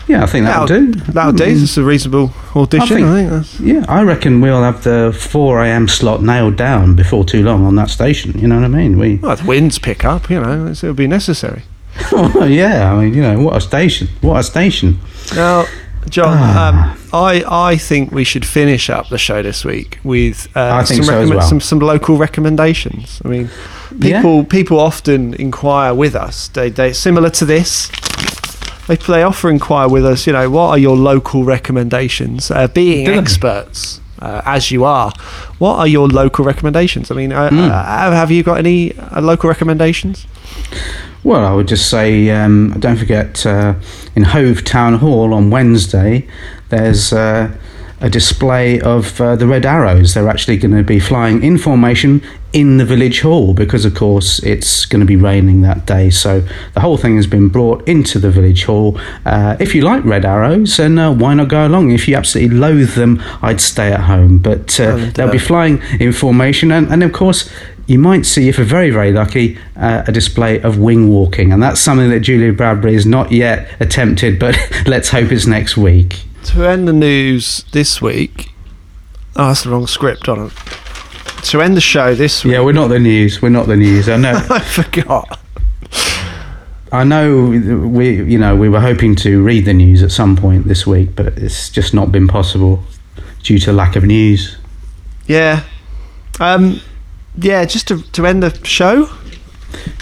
[SPEAKER 1] Yeah, I think that'll do. Mm.
[SPEAKER 3] Nowadays, it's a reasonable audition. I think,
[SPEAKER 1] think-
[SPEAKER 3] that's,
[SPEAKER 1] Yeah, I reckon we'll have the 4 a.m. slot nailed down before too long on that station. You know what I mean? We,
[SPEAKER 3] well, the winds pick up. You know, it's- it'll be necessary.
[SPEAKER 1] yeah, I mean, you know, what a station. What a station.
[SPEAKER 3] Now, John,
[SPEAKER 1] Ah.
[SPEAKER 3] um, I I think we should finish up the show this week with uh,
[SPEAKER 1] I think
[SPEAKER 3] some,
[SPEAKER 1] so as well.
[SPEAKER 3] some some local recommendations. I mean,
[SPEAKER 1] Yeah.
[SPEAKER 3] people people often inquire with us. They they similar to this. They, they often inquire with us. You know, what are your local recommendations? Uh, being
[SPEAKER 1] Do they?
[SPEAKER 3] experts. Uh, as you are, what are your local recommendations? I mean, uh,
[SPEAKER 1] Hmm.
[SPEAKER 3] uh, have have you got any uh, local recommendations?
[SPEAKER 1] Well, I would just say, um, don't forget, uh, in Hove Town Hall on Wednesday, there's uh, a display of uh, the Red Arrows. They're actually going to be flying in formation in the village hall because, of course, it's going to be raining that day. So the whole thing has been brought into the village hall. Uh, if you like Red Arrows, then uh, why not go along? If you absolutely loathe them, I'd stay at home. But uh, they'll be flying in formation, and, and of course, you might see, if you're very, very lucky, uh, a display of wing walking. And that's something that Julia Bradbury has not yet attempted, but let's hope it's next week.
[SPEAKER 3] To end the news this week. Oh, that's the wrong script on it. To end the show this week.
[SPEAKER 1] Yeah, we're not the news. We're not the news. I know.
[SPEAKER 3] I forgot.
[SPEAKER 1] I know. We, you know, we were hoping to read the news at some point this week, but it's just not been possible due to lack of news.
[SPEAKER 3] Yeah. Um, yeah, just to, to end the show.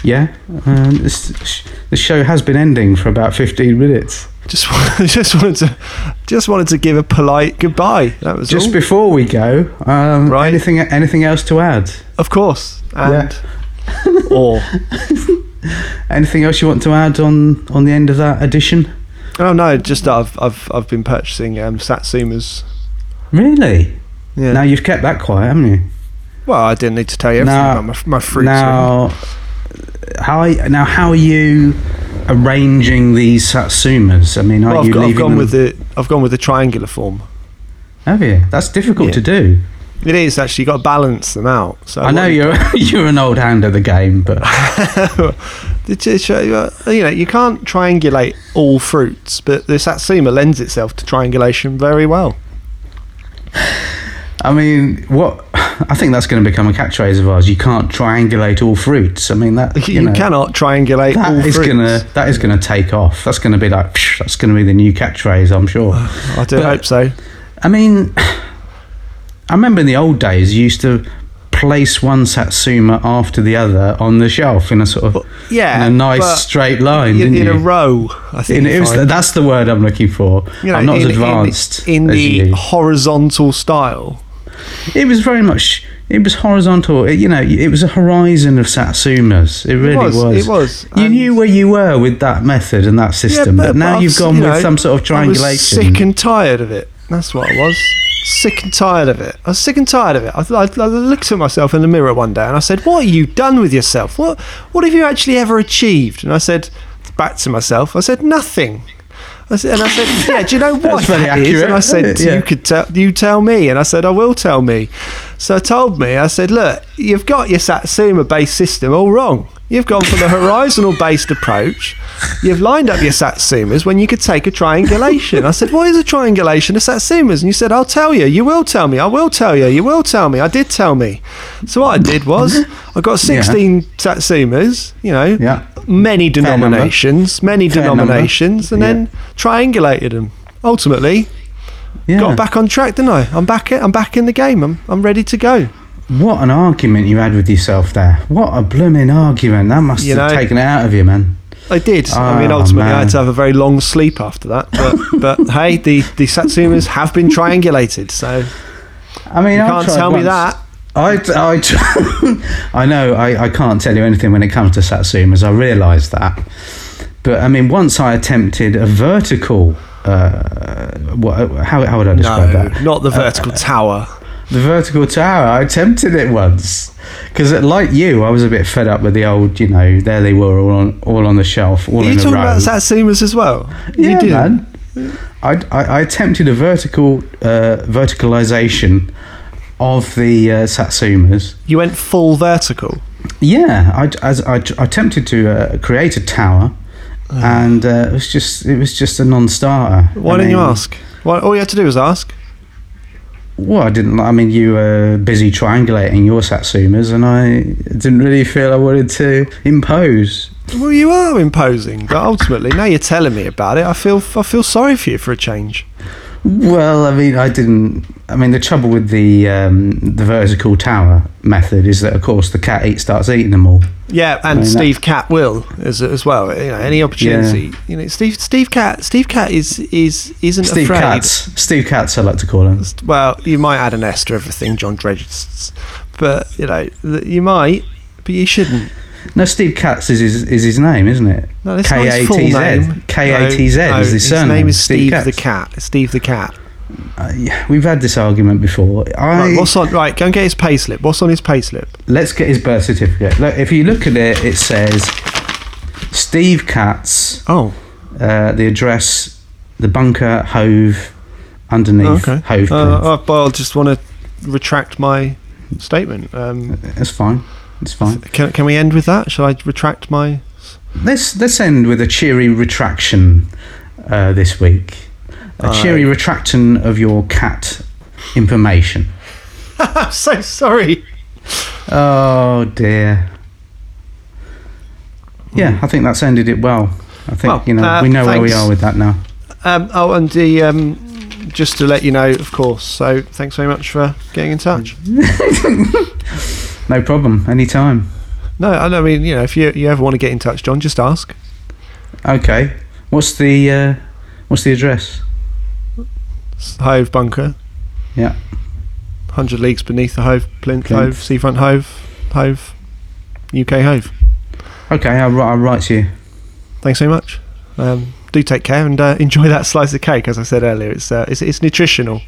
[SPEAKER 1] Yeah, um, this, sh- the show has been ending for about fifteen minutes.
[SPEAKER 3] Just wa- just wanted to just wanted to give a polite goodbye. That was
[SPEAKER 1] Just
[SPEAKER 3] all.
[SPEAKER 1] before we go, um,
[SPEAKER 3] Right.
[SPEAKER 1] Anything? Anything else to add?
[SPEAKER 3] of course. And or
[SPEAKER 1] Anything else you want to add on on the end of that edition?
[SPEAKER 3] oh no, just that I've I've I've been purchasing um, Satsumas.
[SPEAKER 1] Really?
[SPEAKER 3] Yeah.
[SPEAKER 1] Now you've kept that quiet, haven't you?
[SPEAKER 3] well, I didn't need to tell you everything
[SPEAKER 1] Now-
[SPEAKER 3] about my, f- my fruits.
[SPEAKER 1] now, how now how are you arranging these satsumas? I mean, are
[SPEAKER 3] Well, I've,
[SPEAKER 1] you
[SPEAKER 3] got, I've
[SPEAKER 1] leaving
[SPEAKER 3] gone
[SPEAKER 1] them?
[SPEAKER 3] with the I've gone with the triangular form.
[SPEAKER 1] Have you? That's difficult
[SPEAKER 3] Yeah.
[SPEAKER 1] to do.
[SPEAKER 3] It is actually you've got to balance them out. So
[SPEAKER 1] I know
[SPEAKER 3] what-
[SPEAKER 1] you're you're an old hand at the game, but
[SPEAKER 3] It's- it's, uh, you know, you can't triangulate all fruits, but the satsuma lends itself to triangulation very well.
[SPEAKER 1] I mean, what? I think that's going to become a catchphrase of ours. You can't triangulate all fruits. I mean, that you,
[SPEAKER 3] You,
[SPEAKER 1] know,
[SPEAKER 3] cannot triangulate all
[SPEAKER 1] That is
[SPEAKER 3] fruits.
[SPEAKER 1] gonna that is gonna take off. That's gonna be like psh, that's gonna be the new catchphrase. I'm sure.
[SPEAKER 3] I do
[SPEAKER 1] But-
[SPEAKER 3] hope so.
[SPEAKER 1] I mean, I remember in the old days you used to place one satsuma after the other on the shelf in a sort of
[SPEAKER 3] yeah,
[SPEAKER 1] in a nice
[SPEAKER 3] but
[SPEAKER 1] straight line,
[SPEAKER 3] In,
[SPEAKER 1] didn't
[SPEAKER 3] in
[SPEAKER 1] you?
[SPEAKER 3] a row, I think.
[SPEAKER 1] In-
[SPEAKER 3] you
[SPEAKER 1] it was-
[SPEAKER 3] find.
[SPEAKER 1] that's the word I'm looking for.
[SPEAKER 3] You know,
[SPEAKER 1] I'm not
[SPEAKER 3] in-
[SPEAKER 1] as
[SPEAKER 3] in-
[SPEAKER 1] advanced
[SPEAKER 3] in,
[SPEAKER 1] as
[SPEAKER 3] the
[SPEAKER 1] you.
[SPEAKER 3] horizontal style.
[SPEAKER 1] It was very much. It was horizontal. It, you know, it was a horizon of satsumas. It really
[SPEAKER 3] was, it was,
[SPEAKER 1] You
[SPEAKER 3] and-
[SPEAKER 1] knew where you were with that method and that system, but, now
[SPEAKER 3] I've
[SPEAKER 1] you've
[SPEAKER 3] s-
[SPEAKER 1] gone
[SPEAKER 3] you
[SPEAKER 1] with
[SPEAKER 3] know,
[SPEAKER 1] some sort of triangulation.
[SPEAKER 3] I was sick and tired of it. That's what I was. Sick and tired of it. I was sick and tired of it. I, th- I, I looked at myself in the mirror one day and I said, "What have you done with yourself? What What have you actually ever achieved?" And I said, back to myself, I said, "Nothing." I said, and I said, "Yeah, do you know what
[SPEAKER 1] That's very
[SPEAKER 3] that is?"
[SPEAKER 1] accurate,
[SPEAKER 3] And I said,
[SPEAKER 1] isn't it? Yeah.
[SPEAKER 3] "You could tell. You tell me." And I said, "I will tell me." So I told me. I said, "Look, you've got your Satsuma-based system all wrong. You've gone for the horizontal-based approach. You've lined up your Satsumas when you could take a triangulation." I said, "What is a triangulation of Satsumas?" And you said, "I'll tell you. You will tell me. I will tell you. You will tell me. I did tell me." So what I did was, I got sixteen Satsumas. You know,
[SPEAKER 1] Yeah.
[SPEAKER 3] many
[SPEAKER 1] number.
[SPEAKER 3] denominations, many
[SPEAKER 1] Fair number.
[SPEAKER 3] denominations, and then triangulated them. Ultimately,
[SPEAKER 1] Yeah.
[SPEAKER 3] got back on track, didn't I? I'm back. I'm back in the game. I'm I'm ready to go.
[SPEAKER 1] What an argument you had with yourself there. What a blooming argument. That must
[SPEAKER 3] You
[SPEAKER 1] have
[SPEAKER 3] know-
[SPEAKER 1] taken it out of you, man.
[SPEAKER 3] I did. I mean,
[SPEAKER 1] Oh,
[SPEAKER 3] ultimately, I
[SPEAKER 1] man.
[SPEAKER 3] had to have a very long sleep after that. But but hey, the the Satsumas have been triangulated, so
[SPEAKER 1] I mean,
[SPEAKER 3] you
[SPEAKER 1] I
[SPEAKER 3] can't
[SPEAKER 1] tried
[SPEAKER 3] tell me
[SPEAKER 1] once.
[SPEAKER 3] that.
[SPEAKER 1] I, I, I know I, I can't tell you anything when it comes to satsumas. I realise that, but I mean, once I attempted a vertical. Uh, what, how, how would I
[SPEAKER 3] No,
[SPEAKER 1] describe that?
[SPEAKER 3] not the
[SPEAKER 1] Uh,
[SPEAKER 3] vertical tower.
[SPEAKER 1] The vertical tower. I attempted it once because, like you, I was a bit fed up with the old. You know, there they were all on all on the shelf, all
[SPEAKER 3] Are you
[SPEAKER 1] in a row.
[SPEAKER 3] talking about Satsumas as well?
[SPEAKER 1] uh, yeah,
[SPEAKER 3] you did.
[SPEAKER 1] man. I, I, I attempted a vertical uh, verticalization of the uh, satsumas.
[SPEAKER 3] You went full vertical.
[SPEAKER 1] Yeah, I, as I, I attempted to uh, create a tower, and uh, it was just it was just a non-starter.
[SPEAKER 3] Ah. Why
[SPEAKER 1] I
[SPEAKER 3] didn't you
[SPEAKER 1] mean,
[SPEAKER 3] ask? Why, all you had to do was ask.
[SPEAKER 1] Well, I didn't. I mean, you were busy triangulating your satsumas, and I didn't really feel I wanted to impose.
[SPEAKER 3] Well, you are imposing, but ultimately, now you're telling me about it, I feel I feel sorry for you for a change.
[SPEAKER 1] Well, I mean, I didn't. I mean, the trouble with the um, the vertical tower method is that, of course, the cat eat starts eating them all.
[SPEAKER 3] Yeah, and
[SPEAKER 1] I mean,
[SPEAKER 3] Steve Cat will as, as well. You know, any opportunity, you know, Steve Steve Cat Steve Cat is is isn't
[SPEAKER 1] Steve
[SPEAKER 3] afraid.
[SPEAKER 1] Katz. Steve Katz, I like to call him.
[SPEAKER 3] Well, you might add an S to everything, John Dredgests, but you know th- you might, but you shouldn't.
[SPEAKER 1] No, Steve Katz is his, is his name, isn't it?
[SPEAKER 3] No, that's not his full
[SPEAKER 1] K-A-T-Z.
[SPEAKER 3] name.
[SPEAKER 1] K-A-T-Z
[SPEAKER 3] No, no,
[SPEAKER 1] is his surname.
[SPEAKER 3] name is
[SPEAKER 1] Steve
[SPEAKER 3] Steve,
[SPEAKER 1] Katz.
[SPEAKER 3] the Cat. Steve the Cat.
[SPEAKER 1] Uh, yeah, we've had this argument before. I,
[SPEAKER 3] Right, what's on? Right, go and get his payslip. What's on his payslip?
[SPEAKER 1] let's get his birth certificate. Look, if you look at it, it says Steve Katz,
[SPEAKER 3] Oh,
[SPEAKER 1] uh, the address, the bunker, Hove, underneath
[SPEAKER 3] okay.
[SPEAKER 1] Hove. Cliff.
[SPEAKER 3] Uh, I, well, I just want to retract my statement. Um,
[SPEAKER 1] That's fine. It's fine.
[SPEAKER 3] can, can we end with that? Shall I retract my?
[SPEAKER 1] Let's let's end with a cheery retraction uh, this week. A cheery retraction of your cat information.
[SPEAKER 3] I'm so sorry.
[SPEAKER 1] Oh dear. Yeah, I think that's ended it well. I think
[SPEAKER 3] Well,
[SPEAKER 1] you know
[SPEAKER 3] uh,
[SPEAKER 1] we know where we
[SPEAKER 3] thanks.
[SPEAKER 1] are with that now.
[SPEAKER 3] Um, oh, and the um, just to let you know, of course. So thanks very much for getting in touch.
[SPEAKER 1] Mm. No problem. Any time.
[SPEAKER 3] No, I don't mean you know if you you ever want to get in touch, John, just ask.
[SPEAKER 1] Okay. What's the uh, what's the address?
[SPEAKER 3] Hove bunker,
[SPEAKER 1] Yeah.
[SPEAKER 3] hundred leagues beneath the Hove plinth, Hove
[SPEAKER 1] Plinth.
[SPEAKER 3] seafront, Hove, Hove, UK Hove.
[SPEAKER 1] Okay. I'll, wri- I'll write to you.
[SPEAKER 3] Thanks very much. Um, do take care and uh, enjoy that slice of cake. As I said earlier, it's uh, it's, it's nutritional.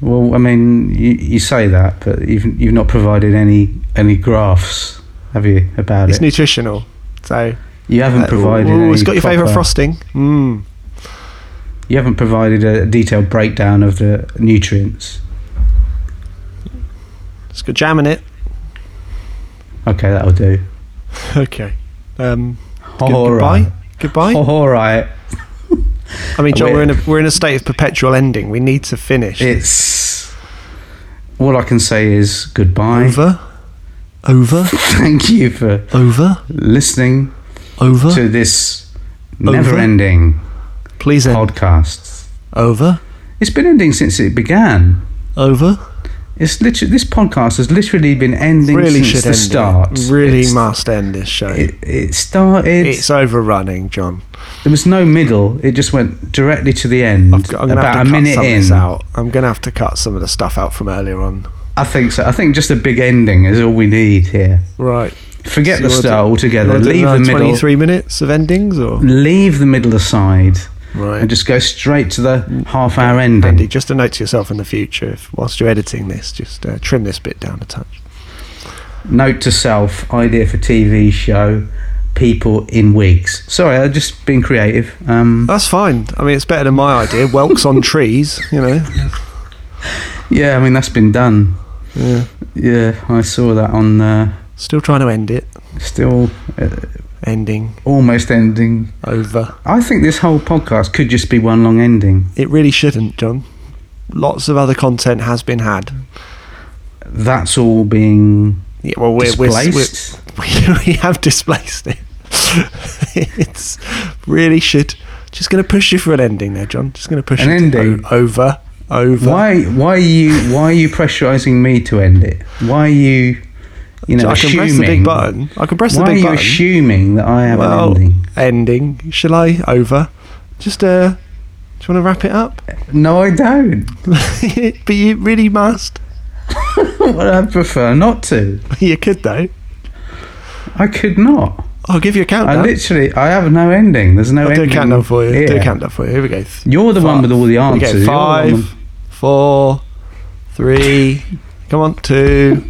[SPEAKER 1] Well, I mean, you, you say that, but you've you've not provided any any graphs, have you, about
[SPEAKER 3] It's
[SPEAKER 1] it?
[SPEAKER 3] nutritional. So
[SPEAKER 1] You haven't
[SPEAKER 3] uh,
[SPEAKER 1] provided.
[SPEAKER 3] ooh, it's
[SPEAKER 1] any
[SPEAKER 3] got your favourite
[SPEAKER 1] proper-
[SPEAKER 3] frosting. Mm.
[SPEAKER 1] You haven't provided a detailed breakdown of the nutrients.
[SPEAKER 3] It's got jam in it.
[SPEAKER 1] Okay, that'll do.
[SPEAKER 3] Okay. Um, good-
[SPEAKER 1] All right.
[SPEAKER 3] goodbye. Goodbye.
[SPEAKER 1] All right.
[SPEAKER 3] I mean, John,
[SPEAKER 1] Wait.
[SPEAKER 3] we're in a we're in a state of perpetual ending. We need to finish.
[SPEAKER 1] It's all I can say is goodbye.
[SPEAKER 3] Over. Over.
[SPEAKER 1] Thank you for
[SPEAKER 3] Over.
[SPEAKER 1] listening
[SPEAKER 3] Over.
[SPEAKER 1] to this
[SPEAKER 3] Over.
[SPEAKER 1] never-ending
[SPEAKER 3] Please end.
[SPEAKER 1] podcast.
[SPEAKER 3] Over.
[SPEAKER 1] It's been ending since it began.
[SPEAKER 3] Over.
[SPEAKER 1] It's literally this podcast has literally been ending
[SPEAKER 3] Really
[SPEAKER 1] since
[SPEAKER 3] should
[SPEAKER 1] the
[SPEAKER 3] end. it.
[SPEAKER 1] start.
[SPEAKER 3] Really
[SPEAKER 1] It's-
[SPEAKER 3] must end this show.
[SPEAKER 1] It, it started.
[SPEAKER 3] it's overrunning, John.
[SPEAKER 1] there was no middle. It just went directly to the end.
[SPEAKER 3] I've got, I'm gonna
[SPEAKER 1] about
[SPEAKER 3] have
[SPEAKER 1] a
[SPEAKER 3] to cut
[SPEAKER 1] minute
[SPEAKER 3] some of
[SPEAKER 1] in.
[SPEAKER 3] this out. I'm gonna have to cut some of the stuff out from earlier on.
[SPEAKER 1] I think so. I think just a big ending is all we need here.
[SPEAKER 3] Right.
[SPEAKER 1] Forget
[SPEAKER 3] So
[SPEAKER 1] the
[SPEAKER 3] you wanna
[SPEAKER 1] start
[SPEAKER 3] do-
[SPEAKER 1] altogether.
[SPEAKER 3] you wanna do
[SPEAKER 1] Leave the
[SPEAKER 3] another
[SPEAKER 1] middle.
[SPEAKER 3] Twenty-three minutes of endings, or
[SPEAKER 1] Leave the middle aside
[SPEAKER 3] right.
[SPEAKER 1] and just go straight to the half-hour ending.
[SPEAKER 3] Andy, just a note to yourself in the future, if whilst you're editing this, just uh, trim this bit down a touch.
[SPEAKER 1] Note to self: idea for TV show. People in wigs. Sorry, I just been creative. Um,
[SPEAKER 3] That's fine. I mean, it's better than my idea. Whelks on trees, you know.
[SPEAKER 1] yeah, I mean that's been done.
[SPEAKER 3] Yeah.
[SPEAKER 1] Yeah, I saw that on. Uh,
[SPEAKER 3] Still trying to end it.
[SPEAKER 1] still uh,
[SPEAKER 3] Ending
[SPEAKER 1] almost ending.
[SPEAKER 3] over.
[SPEAKER 1] I think this whole podcast could just be one long ending.
[SPEAKER 3] It really shouldn't, John. Lots of other content has been had.
[SPEAKER 1] That's all being
[SPEAKER 3] Yeah, well, we're, we're,
[SPEAKER 1] displaced.
[SPEAKER 3] we're, we have displaced it. it's really should. Just going to push you for an ending there, John. Just going to push
[SPEAKER 1] An
[SPEAKER 3] it to
[SPEAKER 1] ending?
[SPEAKER 3] o- over, over.
[SPEAKER 1] why? Why are you? Why are you pressurising me to end it? Why are you? You know,
[SPEAKER 3] I can
[SPEAKER 1] assuming,
[SPEAKER 3] press the big button. I can press
[SPEAKER 1] Why
[SPEAKER 3] the
[SPEAKER 1] are
[SPEAKER 3] big
[SPEAKER 1] you
[SPEAKER 3] button.
[SPEAKER 1] assuming that I have
[SPEAKER 3] well,
[SPEAKER 1] an ending?
[SPEAKER 3] ending. Shall I over? Just uh, do you want to wrap it up?
[SPEAKER 1] No, I don't.
[SPEAKER 3] but you really must.
[SPEAKER 1] well, I prefer not to.
[SPEAKER 3] You could though.
[SPEAKER 1] I could not.
[SPEAKER 3] I'll give you a
[SPEAKER 1] I
[SPEAKER 3] countdown.
[SPEAKER 1] literally, I have no ending. There's no
[SPEAKER 3] I'll do
[SPEAKER 1] ending.
[SPEAKER 3] a countdown for you. Do
[SPEAKER 1] here.
[SPEAKER 3] a countdown for you. Here we go. Th-
[SPEAKER 1] You're the one
[SPEAKER 3] Five.
[SPEAKER 1] with all the
[SPEAKER 3] we go.
[SPEAKER 1] answers. You're the one
[SPEAKER 3] Five, four, three. Come on, two,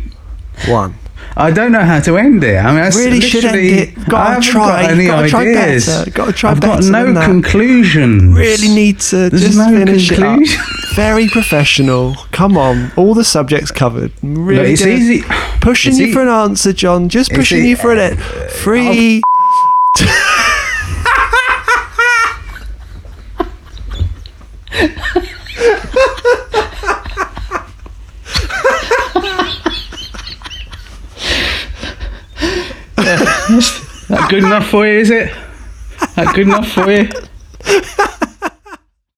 [SPEAKER 3] one.
[SPEAKER 1] I don't know how to end it. I mean, I s-
[SPEAKER 3] Really should end
[SPEAKER 1] literally-
[SPEAKER 3] it. Gotta
[SPEAKER 1] I haven't
[SPEAKER 3] try.
[SPEAKER 1] got any
[SPEAKER 3] Gotta try
[SPEAKER 1] ideas.
[SPEAKER 3] better. Gotta try
[SPEAKER 1] I've got
[SPEAKER 3] better
[SPEAKER 1] no
[SPEAKER 3] than that.
[SPEAKER 1] conclusions.
[SPEAKER 3] Really need to
[SPEAKER 1] There's
[SPEAKER 3] just
[SPEAKER 1] no
[SPEAKER 3] finish
[SPEAKER 1] conclusion.
[SPEAKER 3] it up. Very professional. Come on, all the subjects covered. I'm Really,
[SPEAKER 1] Look, it's
[SPEAKER 3] gonna-
[SPEAKER 1] easy.
[SPEAKER 3] Pushing
[SPEAKER 1] It's
[SPEAKER 3] you
[SPEAKER 1] ea-
[SPEAKER 3] for an answer, John. Just
[SPEAKER 1] It's uh,
[SPEAKER 3] pushing
[SPEAKER 1] ea-
[SPEAKER 3] you for an e- free.
[SPEAKER 1] That good enough for you, is it? That good enough for you?